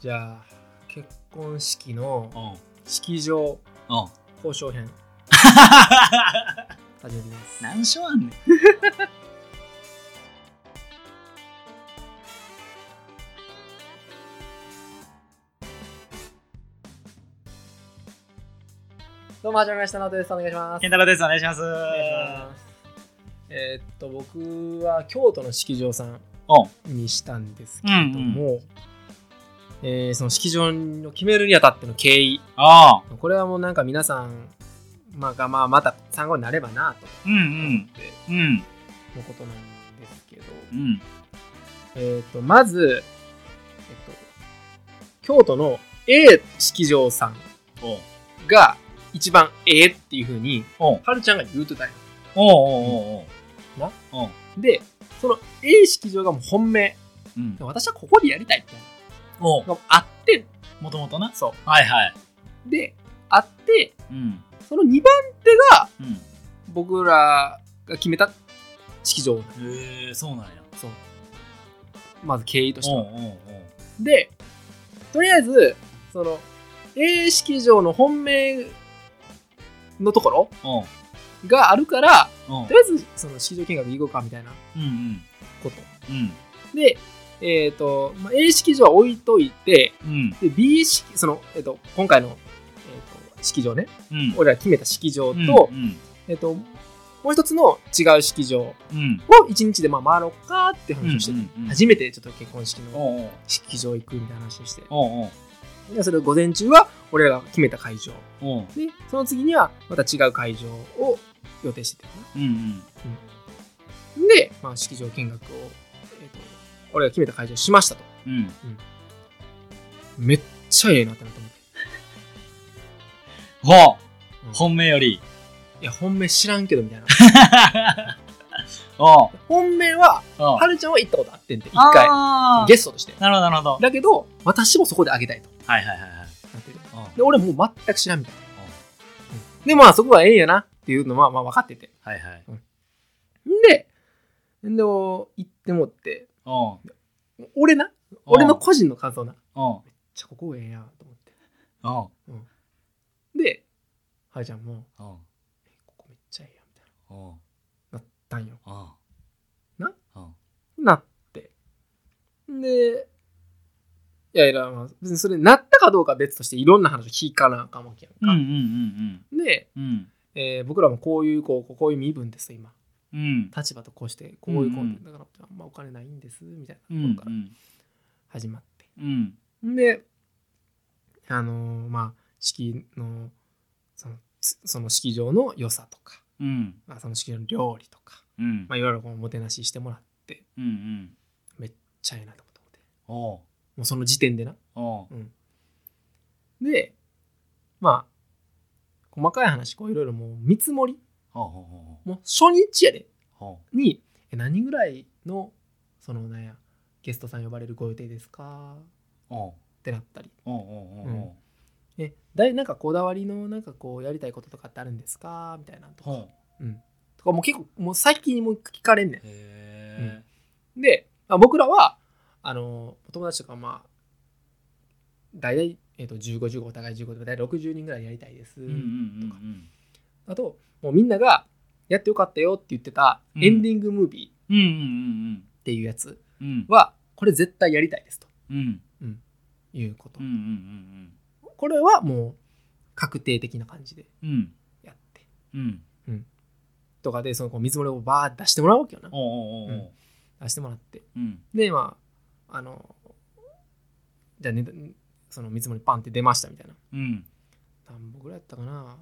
じゃあ結婚式のうん。うん。式場交渉 編始めてみます何所あんねん。どうも始まりましたなとですお願いします健太郎です。お願いします。お願いしますえーっと僕は京都の式場さんにしたんですけども、えーその式場を決めるにあたっての経緯ああ。これはもうなんか皆さん、まあ、がまあまた参考になればなとうんう思っん。てうん。のことなんですけど、うん。えー、とまず、えっと、京都の A 式場さんおうが一番ええっていうふうにおうはるちゃんが言うてたんよおうおうおうなおうでその A 式場がもう本命うん。私はここでやりたいっておうのがあってもともとな。そはいはい。うであってうん。その2番手がうん。僕らが決めた式場へえ、そうなんや。そうまず経緯としておうはおうおうでとりあえずその A 式場の本命のところおうがあるからおうとりあえずその式場見学行こうかみたいなうんうん。ことうん。でえっ、と、まあ、A 式場は置いといてうん。で B 式その、えー、と今回の、えー、と式場ねうん。俺ら決めた式場と、うん。えっ、ともう一つの違う式場をうん。 1日でまあ回ろうかって話をしてて、うん初めてちょっと結婚式のおう式場行くみたいな話をしておうおうでそれを午前中は俺らが決めた会場おうでその次にはまた違う会場を予定してたようんうん。な、うんで、まあ、式場見学を、えっと俺が決めた会場しましたとうん。めっちゃええなってなと思ってほうんう。本命より。いや本命知らんけどみたい なおう本命はおうはるちゃんは行ったことあってんて一回あーゲストとしてなるほど、なるほど。だけど私もそこであげたいとはいはいはいはい。なってるうんで俺もう全く知らんみたいなでまあそこはええんやなっていうのはまあ分かっててはいはい。んでんで行ってもってうん俺な俺の個人の感想なめっうんちゃここええやんと思ってうんではるちゃんもうんここめっちゃええやんみたいうんうんななったんようんなうんなってんでいやいや、まあ、別にそれなったかどうかは別としていろんな話を聞かなあかんわけやんか、うんうんで、うんうんえー僕らもこういうこうこういう身分です今うん立場とこうしてこういうこう、うんうんだからあんまお金ないんですみたいうんうなとんころから始まって、うんであのーまあ式のそのつその式場の良さとか、うんまあ、その式場の料理とか、うんまあ、いろいろこうもてなししてもらってめっうんうんちゃええなと思っておうもうその時点でなおうでまあ細かい話こういろいろもう見積もりおうおもう初日やでうおうおうにえ何ぐらいのそのなんやゲストさん呼ばれるご予定ですかおうってなったりおうおうおううんえだいなんかこだわりのなんかこうやりたいこととかってあるんですかみたいなとか,、おううん、とかもう結構もう最近もう聞かれんねへえんで、まあ、僕らはあのお友達とかまあ大体、えー、と1515お互い15で大体60人ぐらいやりたいです、うんうんうんあともうみんながやってよかったよって言ってたうんエンディングムービーっうんうんていうやつうんうんはこれ絶対やりたいですとうんうんいうこと、うんうんこれはもう確定的な感じでうんうんやってうんとかでそのこう見積もりをバーって出してもらうわけよなおうおうおうおう出してもらってうんでまああのじゃあ、ね、その見積もりパンって出ましたみたいなうん何本ぐらいやったかな、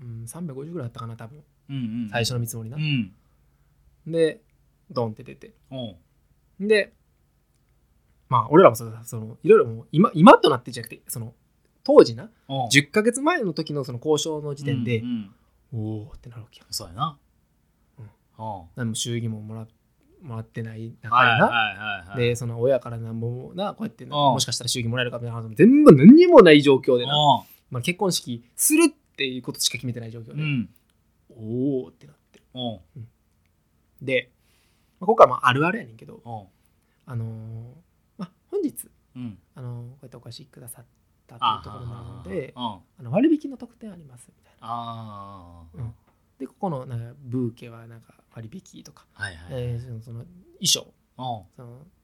うん、350ぐらいやったかな多分うんうん最初の見積もりなう、んでドンって出ておうでまあ俺らもそうだそのいろいろもう今今となってじゃなくてその当時なおう10ヶ月前の時のその交渉の時点でうんう、んおおってなるわけよそうやなうんおう何も祝儀ももらもらってない中はいではいな、はいはい。でその親からなんぼもなこうやってなうんもしかしたら祝儀もらえるかみたいな話も全部何にもない状況でなおまあ、結婚式するっていうことしか決めてない状況ううで、ん。おおってなってるおうで、まあ、ここからまああるあるやねんけど、おうあのーまあ、本日、うん。あのーこうやってお越しくださったといあうところなのであああの割引の特典ありますみたいな。ああうんでここのなんかブーケはなんか割引とか、はいはい、えーそのその衣装ああ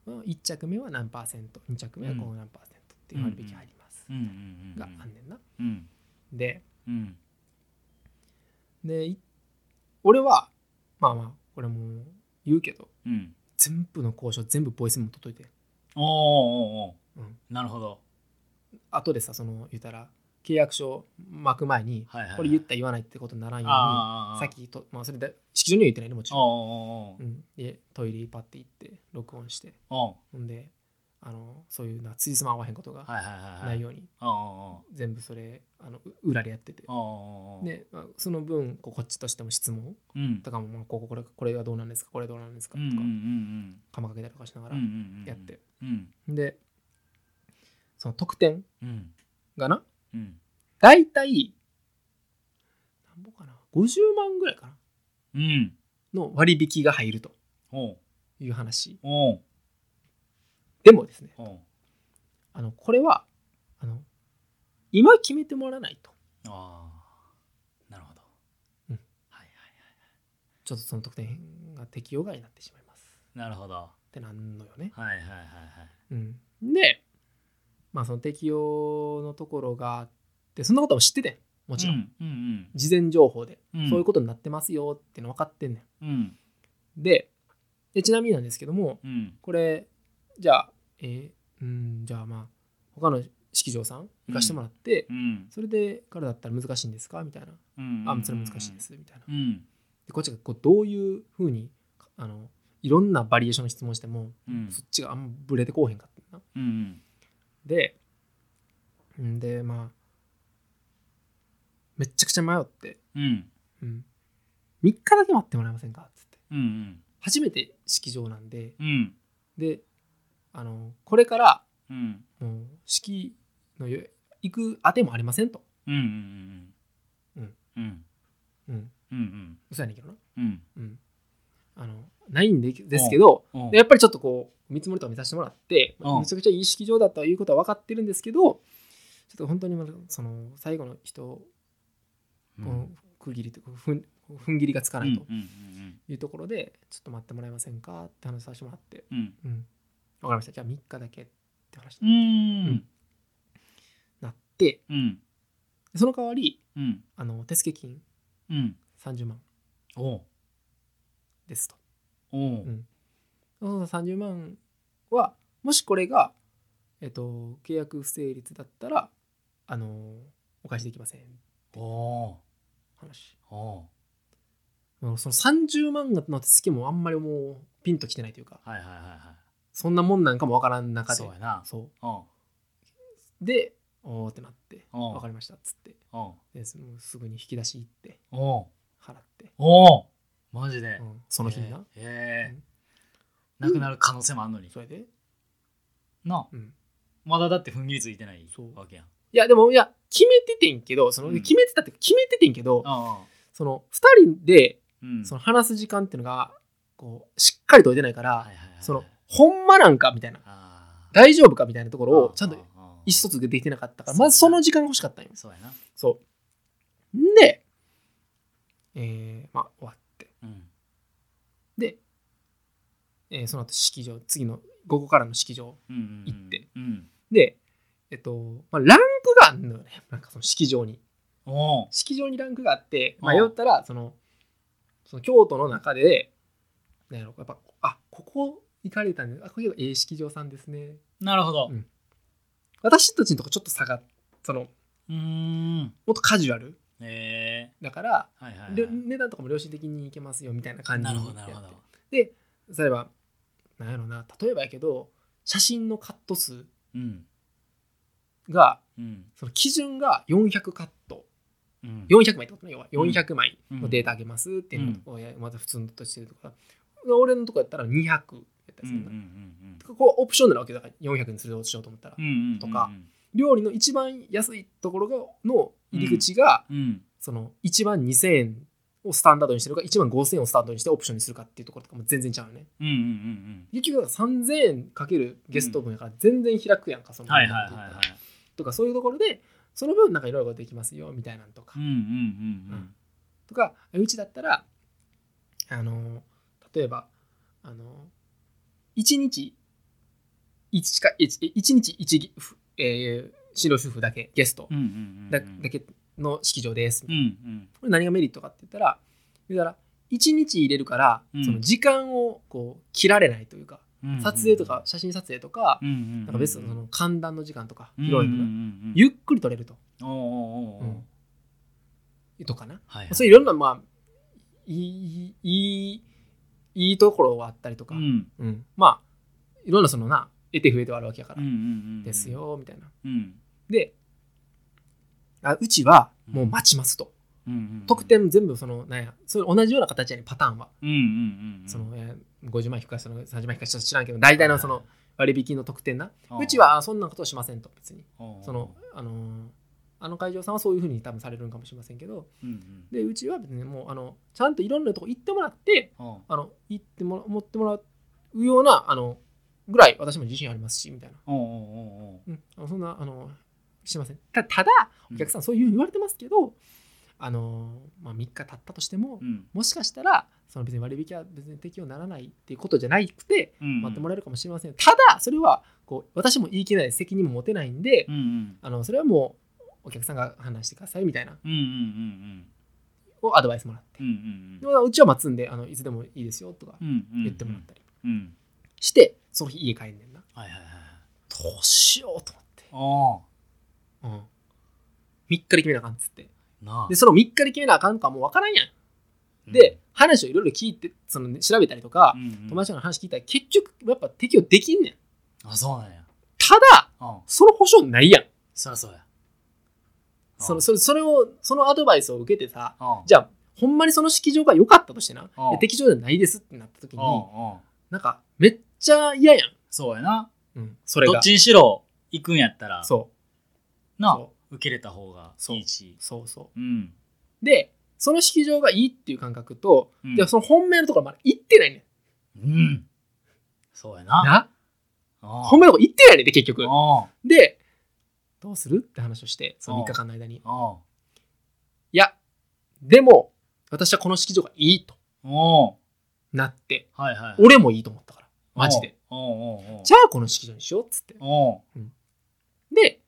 その1着目は何パーセント2着目はこの何パーセントっていう割引入ります、うんうんうんがあんねんな。うんでうんでい俺はまあまあこれもう言うけどうん全部の交渉全部ボイスも届いておーおーおーうんなるほど後でさその言うたら契約書を巻く前にはいはいはいこれ言った言わないってことにならんようああああにああさっきと、まあ、それで式場には言ってないねもちおーろん、おうーん、でトイレパッて行って録音しておーおほんであのそういうなつじつま合わへんことーがはいはいはいはいないようにおーお全部それあのう裏でやっててーおーおーで、まあ、その分こうこっちとしても質問うんとかもまあこここれこれがどうなんですかこれどうなんですかうとかんうんうんかまかけたりとかしながうんうらんうんやってうんでその得点うんがなうん大体なんぼかな50万ぐらいかなうんの割引が入るとおーいう話おーでもですねおーあのこれはあの今決めてもらわないとああなるほどうんはいはいはいちょっとその得点が適用外になってしまいますなるほどはってなんのよね。いはいはいはいうん、でまあその適用のところがあってそんなことも知っててんももちろん、うん事前情報で、うんうんそういうことになってますよっていうの分かってんねうんん。ででちなみになんですけどもうんこれじゃあえーうんじゃあまあ他の式場さん行かしてもらって、うんそれで彼だったら難しいんですかみたいな「うんあそれ難しいです」みたいな。うんでこっちがこうどういうふうにあのいろんなバリエーションの質問しても、うんそっちがあんまブレてこうへんかったな。うんでんでまあめっちゃくちゃ迷って、うんうん、3日だけ待ってもらえませんかっつってうん初めて式場なんでうんであのこれからうんもう式のよ行くあてもありませんと、うんうんうんううん、んうんそうやねんけどな、うんうん、あのないんでですけどうんでやっぱりちょっとこう見積もりとか見させてもらってうんめちゃくちゃいい式場だということは分かってるんですけどちょっと本当にまだその最後の人この区切りとふん踏ん切りがつかないというところで、ちょっと待ってもらえませんかって話させてもらって、うんうん、分かりましたじゃあ3日だけって話うにんなってうんその代わりうんあの手付金うん30万おうですとおうその30万はもしこれが、えっと、契約不成立だったらあのお返しできませんおう話おううんその30万の手付金もあんまりもうピンときてないというかはいはいはいはそんなもんなんかもわからん中いでそうやなそうおうで、おーってなって、うんわかりましたっつって、おうでそのすぐに引き出し行って、おう払って、おうマジでうんその日にな。ええうんなくなる可能性もあんのにそれで、なうん、まだだって踏ん切りついてないそうわけやんいや、でも、いや、決めててんけど、その、うん決めてたって、決めててんけど、ああその、2人で、うんその、話す時間っていうのが、こう、しっかりと出ないから、はいはいはいはいその、ほんまなんかみたいな、ああ大丈夫かみたいなところを、ちゃんとああああ意思疎通ができてなかったから、そうやなまずその時間が欲しかったんよ。そうやなそう。んで、えー、まあ、終わって。うんで、えーその後式場次の午後からの式場うんうんうん行ってうんでえっと、まあ、ランクがあるのよねなんかその式場におう式場にランクがあってまあうん言ったらそのその京都の中でなんやろやっぱあここ行かれたんであこれが A 式場さんですねなるほどうん私たちのとこちょっと差がそのうーんもっとカジュアルええだから、はいはいはいりょ値段とかも良心的にいけますよみたいな感じなにやるほどっなるほどてで例えばなんやろな例えばやけど写真のカット数うんがうんその基準が400カットうん400枚ってことね要はうん400枚のデータあげますっていうのうんをまた普通のとしてるとか俺のとこやったら200やったりうすんるうんんうだんここはオプションなわけだから400にするとしようと思ったらうんうんうんとか料理の一番安いところがの入り口がうんその1万2000円をスタンダードにしてるか1万5000円をスタンダードにしてオプションにするかっていうところとかも全然ちゃうよねうんうんうん結局3000円かけるゲスト分やから全然開くやんかそうんのはいはいはいはいとかそういうところでその分なんかいろいろできますよみたいなのとか、うんうんとかうちだったらあの例えばあの1日1か一一日1ぎ、ふえー、新郎主婦だけゲストうんうんうんうんだ,、だけの式場です、うんうんこれ何がメリットかって言ったら言うたら1日入れるから、うんその時間をこう切られないというかうんうん撮影とか写真撮影とか、うんうんなんか別にその寒暖の時間とかうん広いうんうのがんうんゆっくり撮れるとおうおうおうおううんいうとかなはいはいそういういろんなまあいいいいいいところはあったりとか、うんうんまあいろんなそのな得て増えてはあるわけやから、うんうんうんですよみたいなうんであうちはもう待ちますと、うんうんうん得点全部そのなんやそれ同じような形やねパターンは、うんうんうんうんそのえー50万引くかその30万引くかちょっと知らんけど大体のその割引の得点な、うちはあそんなことしませんと別におうそのあのーあの会場さんはそういうふうに多分されるんかもしれませんけどうんうんでうちは別にもうあのちゃんといろんなとこ行ってもらっておうあの行ってもら持ってもらうようなあのぐらい私も自信ありますしみたいな、おうおうおうおううん、あのそんなあのしませんたただお客さんそういう言われてますけど、あのーまあ、3日経ったとしても、うんもしかしたらその別に割引は別に適用にならないっていうことじゃなくてうん待ってもらえるかもしれません、ただそれはこう私も言い切れない責任も持てないんで、うんうんあのそれはもうお客さんが話してくださいみたいなうんうんうんをアドバイスもらって、うんうんでまあうちは待つんであのいつでもいいですよとかうんうん言ってもらったりうんして、その日家帰んねんなはいはいはいどうしようとあ思って、うん、3日で決めなあかんっつってあなあでその3日で決めなあかんかもう分からんやんで、話をいろいろ聞いてその、ね、調べたりとか、うんうん友達の話聞いたら結局やっぱ適用できんねんあそうなんやただうんその保証ないやんそりゃそうやそのそれそれをそのアドバイスを受けてさうんじゃあほんまにその式場が良かったとしてなうんいや適場じゃないですってなった時にうんうんなんかめっちゃ嫌やん、そうやなうん、それどっがちにしろ行くんやったらそうなそ受けれた方がいいしそうそうんうでその式場がいいっていう感覚と、うんでもその本命のところまだ行ってないねうんそうやんななうん本命のとこ行ってないねんで結う局んうんでどうするって話をしてそのうん3日間の間にいうんやでも私はこの式場がいいとうんなってはいはい俺もいいと思ったからマジでうんうんうんうんじゃあこの式場にしようっつってうんで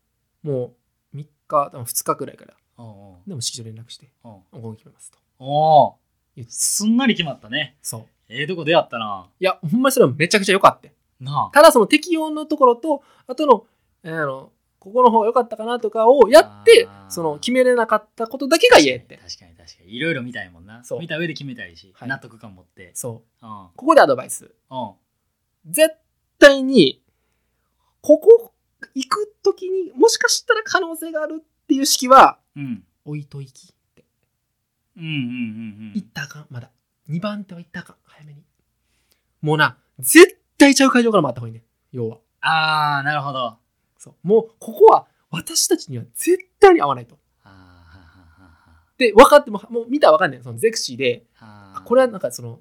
もう3日2日くらいからうんうんでも式場連絡してうんここに決めますとおお言ってすんなり決まったねそうええとこ出会ったないやほんまにそれはめちゃくちゃ良かったよなあただその適用のところとあとの,、えーあのここの方が良かったかなとかをやってあーその決めれなかったことだけが言えって確かに確かに確かにいろいろ見たいもんなそう見た上で決めたいしはい納得感持ってそううんここでアドバイスうん絶対にここ行く時にもしかしたら可能性があるっていう式はうん置いといきってうんうんうんう行っんたらあかんまだ2番手は行ったらあかん早めにもうな絶対ちゃう会場から回った方がいいね要はああなるほどそうもうここは私たちには絶対に合わないとあーはで分かってももう見たら分かんないそのゼクシーではははあこれはなんかその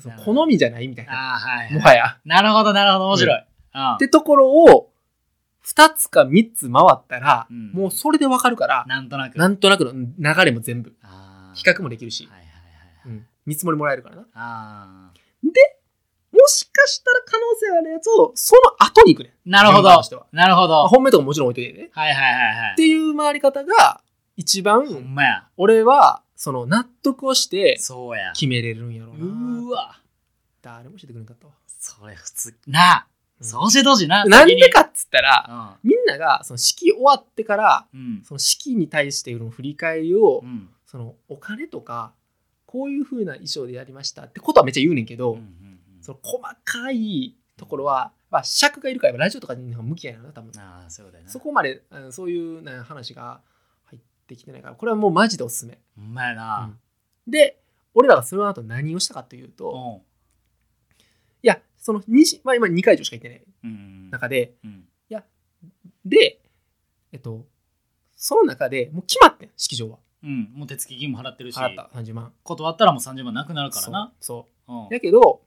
そなのるほど好みじゃないみたいなああはいもはいはやなるほどなるほど面白いあっーてところを2つか3つ回ったら、うんもうそれで分かるからなんとなくなんとなくのうん流れも全部あー比較もできるし、はいはいはいはいうん見積もりもらえるからなもああしかしたら可能性があるやつをその後に行くねんなるほメンバーどの人はなるほどあはい本命とかもちろん置いといてねはいはいはっいていう回り方が一ほ番んまや俺はその納得をしてそうや決めれるんやろううなーわ誰も教えてくれなかったわ、それ普通なあうんそうしてほしいななん先にでかっつったらうんみんながその式終わってからうんその式に対しての振り返りを、うんそのお金とかこういう風な衣装でやりましたってことはめっちゃ言うねんけど、うんうんうんその細かいところは、まあ、尺がいるからやっぱラジオとかに向き合いなの多分ああそうだよなそこまであのそういうね話が入ってきてないからこれはもうマジでおすすめほんまやなで俺らがその後何をしたかといううと、いんやその2し、まあ、今2会場しか行ってないうん中でうんでえっとその中でもう決まってん式場はうんうん、もう手付金も払ってるし払った30万断ったらもう30万なくなるからなそううんそうだけど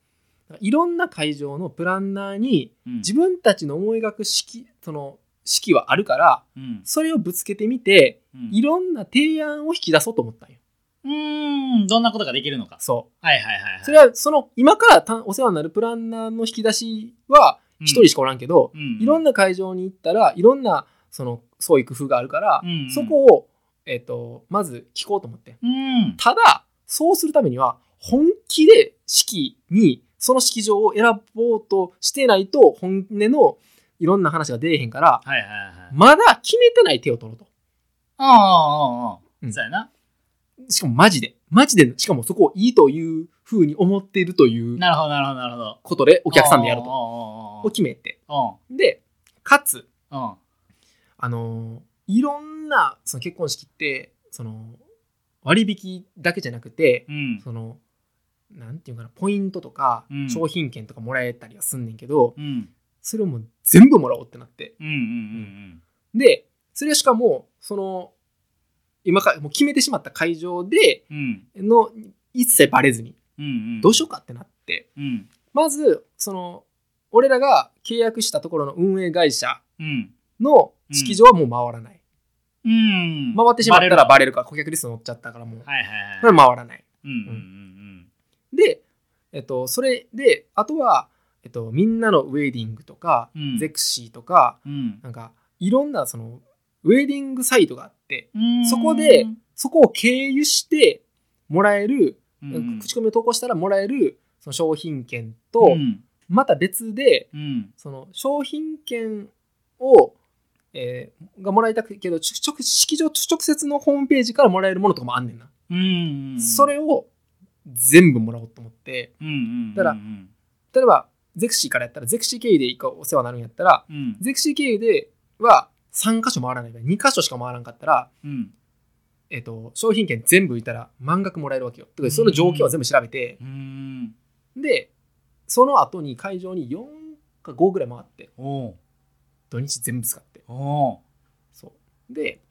いろんな会場のプランナーにうん自分たちの思い描く式その式はあるからうんそれをぶつけてみてうんいろんな提案を引き出そうと思ったんようーんどんなことができるのかそはいはいはいはいうそれはその今からたお世話になるプランナーの引き出しは一人しかおらんけど、うんいろんな会場に行ったらいろんなそのそういう工夫があるから、うんうんそこを、えっとまず聞こうと思ってうんただそうするためには本気で式にその式場を選ぼうとしてないと本音のいろんな話が出えへんからはいはいはいまだ決めてない手を取ろうとあああああうあんそうやなしかもマジでマジでしかもそこをいいというふうに思っているというなるほどなるほどなるほどことでお客さんでやるとをと決めてうんでかつうんあのいろんなその結婚式ってその割引だけじゃなくて、うんそのなんていうかなポイントとか、うん商品券とかもらえたりはすんねんけどうんそれをもう全部もらおうってなってうんうんうんでそれはしかもその今からもう決めてしまった会場でうんうんの一切バレずにうんうんどうしようかってなってうんまずその俺らが契約したところの運営会社うんの式場はもう回らない。うん回ってしまったらババレるから顧客リストに載っちゃったからもう、レるはいはいはいそれは回らないうんうんうんで、えっと、それであとは、えっと、みんなのウェディングとか、うんゼクシーとかうんなんかいろんなそのウェディングサイトがあってうんそこでそこを経由してもらえる、うん口コミを投稿したらもらえるその商品券と、うんまた別でうんその商品券を、えーがもらいたくけどちょ直式場直接のホームページからもらえるものとかもあんねんな。うんうんそれを全部もらおうと思って、うんうんだからうん例えば、ゼクシーからやったら、ゼクシー経由で一回お世話になるんやったら、うんゼクシー経由では3箇所回らないから、2箇所しか回らんかったら、うんえっ、と、商品券全部浮いたら満額もらえるわけよ。だからその条件を全部調べてう、んで、その後に会場に4か5ぐらい回って、おう土日全部使って。おうそう。で、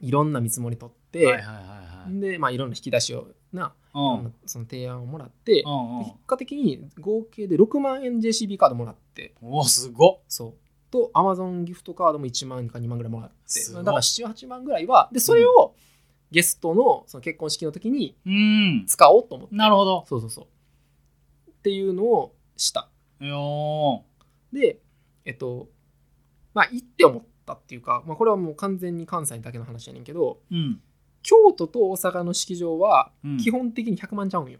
いろんな見積もり取って、はいはいはいはいで、まあ、いろんな引き出しをな、いおろうんなその提案をもらって、うんうん結果的に合計で6万円 JCB カードもらっておすごっそうと Amazon ギフトカードも1万円か2万ぐらいもらってすごだいから78万ぐらいはでそれをゲストのその結婚式の時にうん使おうと思ってなるほどそうそうそうっていうのをしたよでえっとまあいいって思ったっていうか、まあ、これはもう完全に関西だけの話やねんけどーうん京都と大阪の式場はうん基本的に100万ちゃうんよ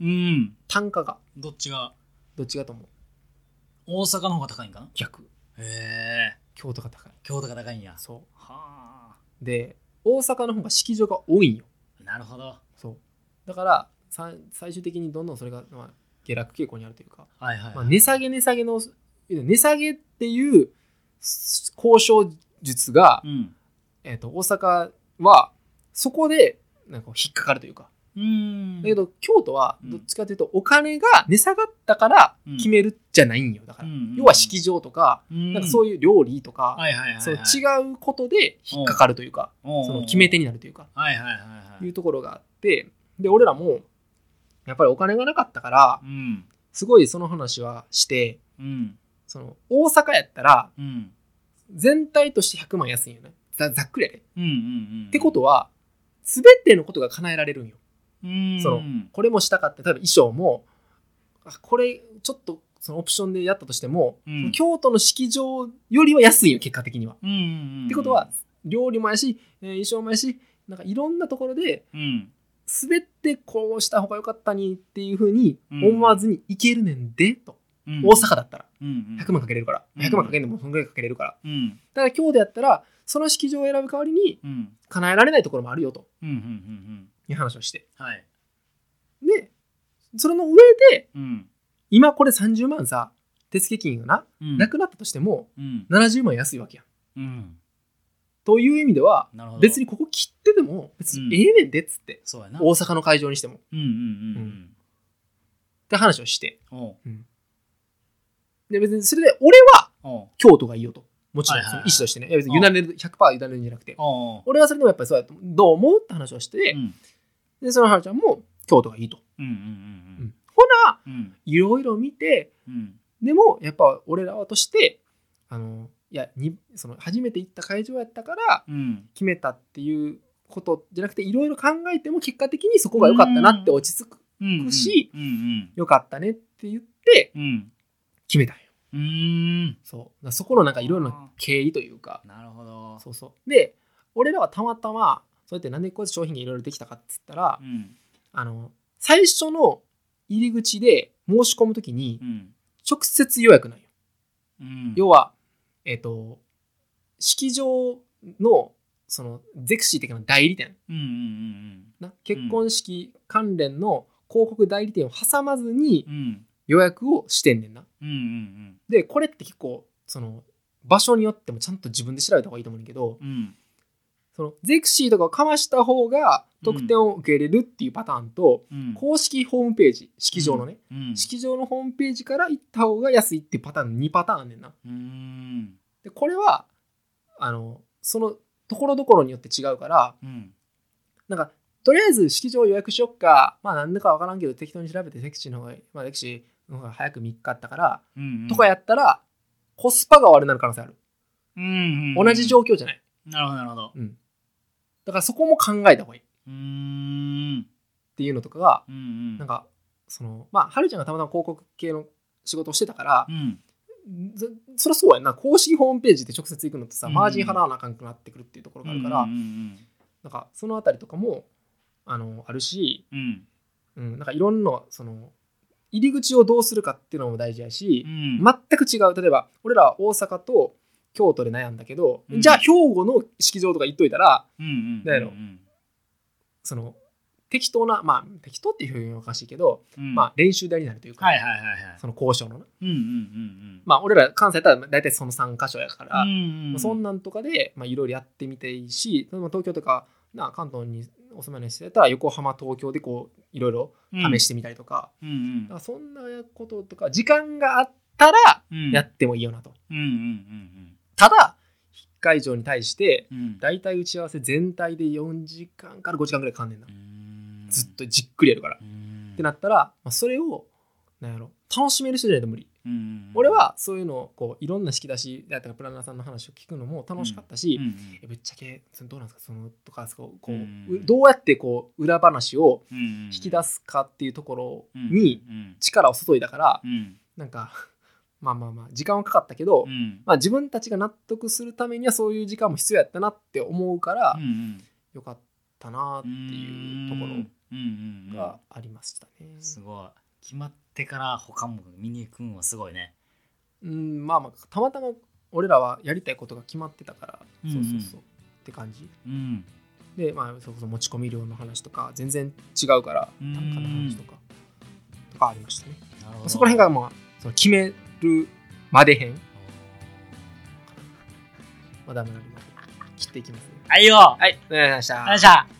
うん単価がどっちがどっちがと思う大阪の方が高いんかな100へえ京都が高い京都が高いんやそうはで大阪の方が式場が多いんよあなるほどそうだからさ最終的にどんどんそれが、まあ、下落傾向にあるというか、はいはいはいまあ、値下げ値下げの値下げっていうす交渉術がう、んえー、と大阪はそこでなんかこう引っかかるというかうんだけど京都はうんどっちかというとお金が値下がったからうん決めるじゃないんよだから、要は式場とか、ななんかそういいう料理とか、はいはいはいはいそう違うことで引っかかるというか、そその決め手になるというか、はいはいはいはいいうところがあってで俺らもやっぱりお金がなかったからうんすごいその話はしてうんその大阪やったらうん全体として100万安いんよねざざっくりやで、うんうんうんってことは全てのことが叶えられるんようんそのこれもしたかった例えば衣装もあこれちょっとそのオプションでやったとしても、うん京都の式場よりは安いんよ結果的には。うんうんうんってことは料理もやし、えー衣装もやしなんかいろんなところでうん滑ってこうした方が良かったにっていうふうにうん思わずにいけるねんで、と大大阪だったらうん100万かけれるからうん100万かけんでもそのぐらいかけれるからうんただ今日でやったらその式場を選ぶ代わりにうん叶えられないところもあるよとうんうんうんうんいう話をしてはいでそれの上でうん今これ30万さ手付金がな、うんなくなったとしてもうん70万安いわけやんうんという意味ではなるほど別にここ切ってでも別にええねんでっつって、そうやな大阪の会場にしてもっうんうんうんうんて話をしておうで別にそれで俺はおう京都がいいよともちろんはいそはの意いはい思としてね、いや別に委ねる100%委ねるんじゃなくて、ああ俺はそれでもやっぱりそうやとどう思うって話をしてう、んでそのはるちゃんも京都がいいと、うんうんほらうんうんうんいろいろ見てうんでもやっぱ俺らはとしてあのいやにその初めて行った会場やったからうん決めたっていうことじゃなくていろいろ考えても結果的にそこが良かったなって落ち着くうんしうんうん良かったねって言ってうん決めたんようーんそうだからそこのなんかいろいろな経緯というかなるほどそうそうで俺らはたまたまそうやってなんでこうやって商品がいろいろできたかっつったら、うんあの最初の入り口で申し込むときにうん直接予約なんよ、うん要はえっ、と式場のそのゼクシー的な代理店うんうんうんな結婚式関連の広告代理店を挟まずにうんうん予約をしてんねんなうんうんでこれって結構その場所によってもちゃんと自分で調べた方がいいと思うねんだけど、うんうんそのゼクシーとかをかました方が得点を受け入れるっていうパターンと、うん公式ホームページ式場のね、うん式場のホームページから行った方が安いっていうパターン2パターンあんねんなうーんでこれはあのそのところどころによって違うからうんなんかとりあえず式場予約しよっかまあ何だかわからんけど適当に調べてゼクシーの方がまあゼクシーの方が早く3日あったから、うんうんとかやったらコスパが悪なる可能性ある、うんうんうん同じ状況じゃないなるほどなるほどだからそこも考えた方がいいっうーんていうのとかがうんうんなんかそのまあはるちゃんがたまたま広告系の仕事をしてたからう、んずそりゃそうやんな公式ホームページで直接行くのってさ、うんマージン払わなあかんくなってくるっていうところがあるから、うんうんなんかそのあたりとかもあのあるし、うんうん、なんかいろんなその入り口をどうするかっていうのも大事やしう、ん全く違う例えば俺らは大阪と京都で悩んだけど、うんじゃあ兵庫の式場とか行っといたらうんうんなんやろその適当なまあ適当っていう表現はおかしいけど、うんまあ練習台になるというか、はいはいはいはいその交渉のなうんうんうんうんまあ俺ら関西だったら大体その3箇所やから、うんうんまあそんなんとかでまあいろいろやってみていいし例えば東京とかなあ関東にお住まいの人やったら横浜東京でこういろいろ試してみたりとか,、うんうんそんなこととか時間があったらうんやってもいいよなと、うんうんうんただ会場に対してうんうん大体打ち合わせ全体で4時間から5時間ぐらいかかんねんな、うーんずっとじっくりやるから、うっんてなったら、まあ、それをなんやろ楽しめる人じゃないと無理うんうん俺はそういうのをこういろんな引き出しだったりプランナーさんの話を聞くのも楽しかったし、うんえぶっちゃけそのどうなんですかそのとかそここう、うんうどうやってこう裏話をうんうん引き出すかっていうところうんにうん力を注いだから、うんなんか まあまあまあ時間はかかったけど、うんまあ、自分たちが納得するためにはそういう時間も必要やったなって思うから、うんよかったなっていうところうんうんうんがありましたね。すごい決まってから他も見に行くんはすごいねうんまあまあたまたま俺らはやりたいことが決まってたから、うんそうそうそうって感じ。うんで、まあ、それこそ持ち込み量の話とか全然違うからうん単価の話とかとかありましたねなるほどそこら辺がまあその決めるまでへんまだまだあります切っていきますねはいよはいありがとうございましたよっしゃ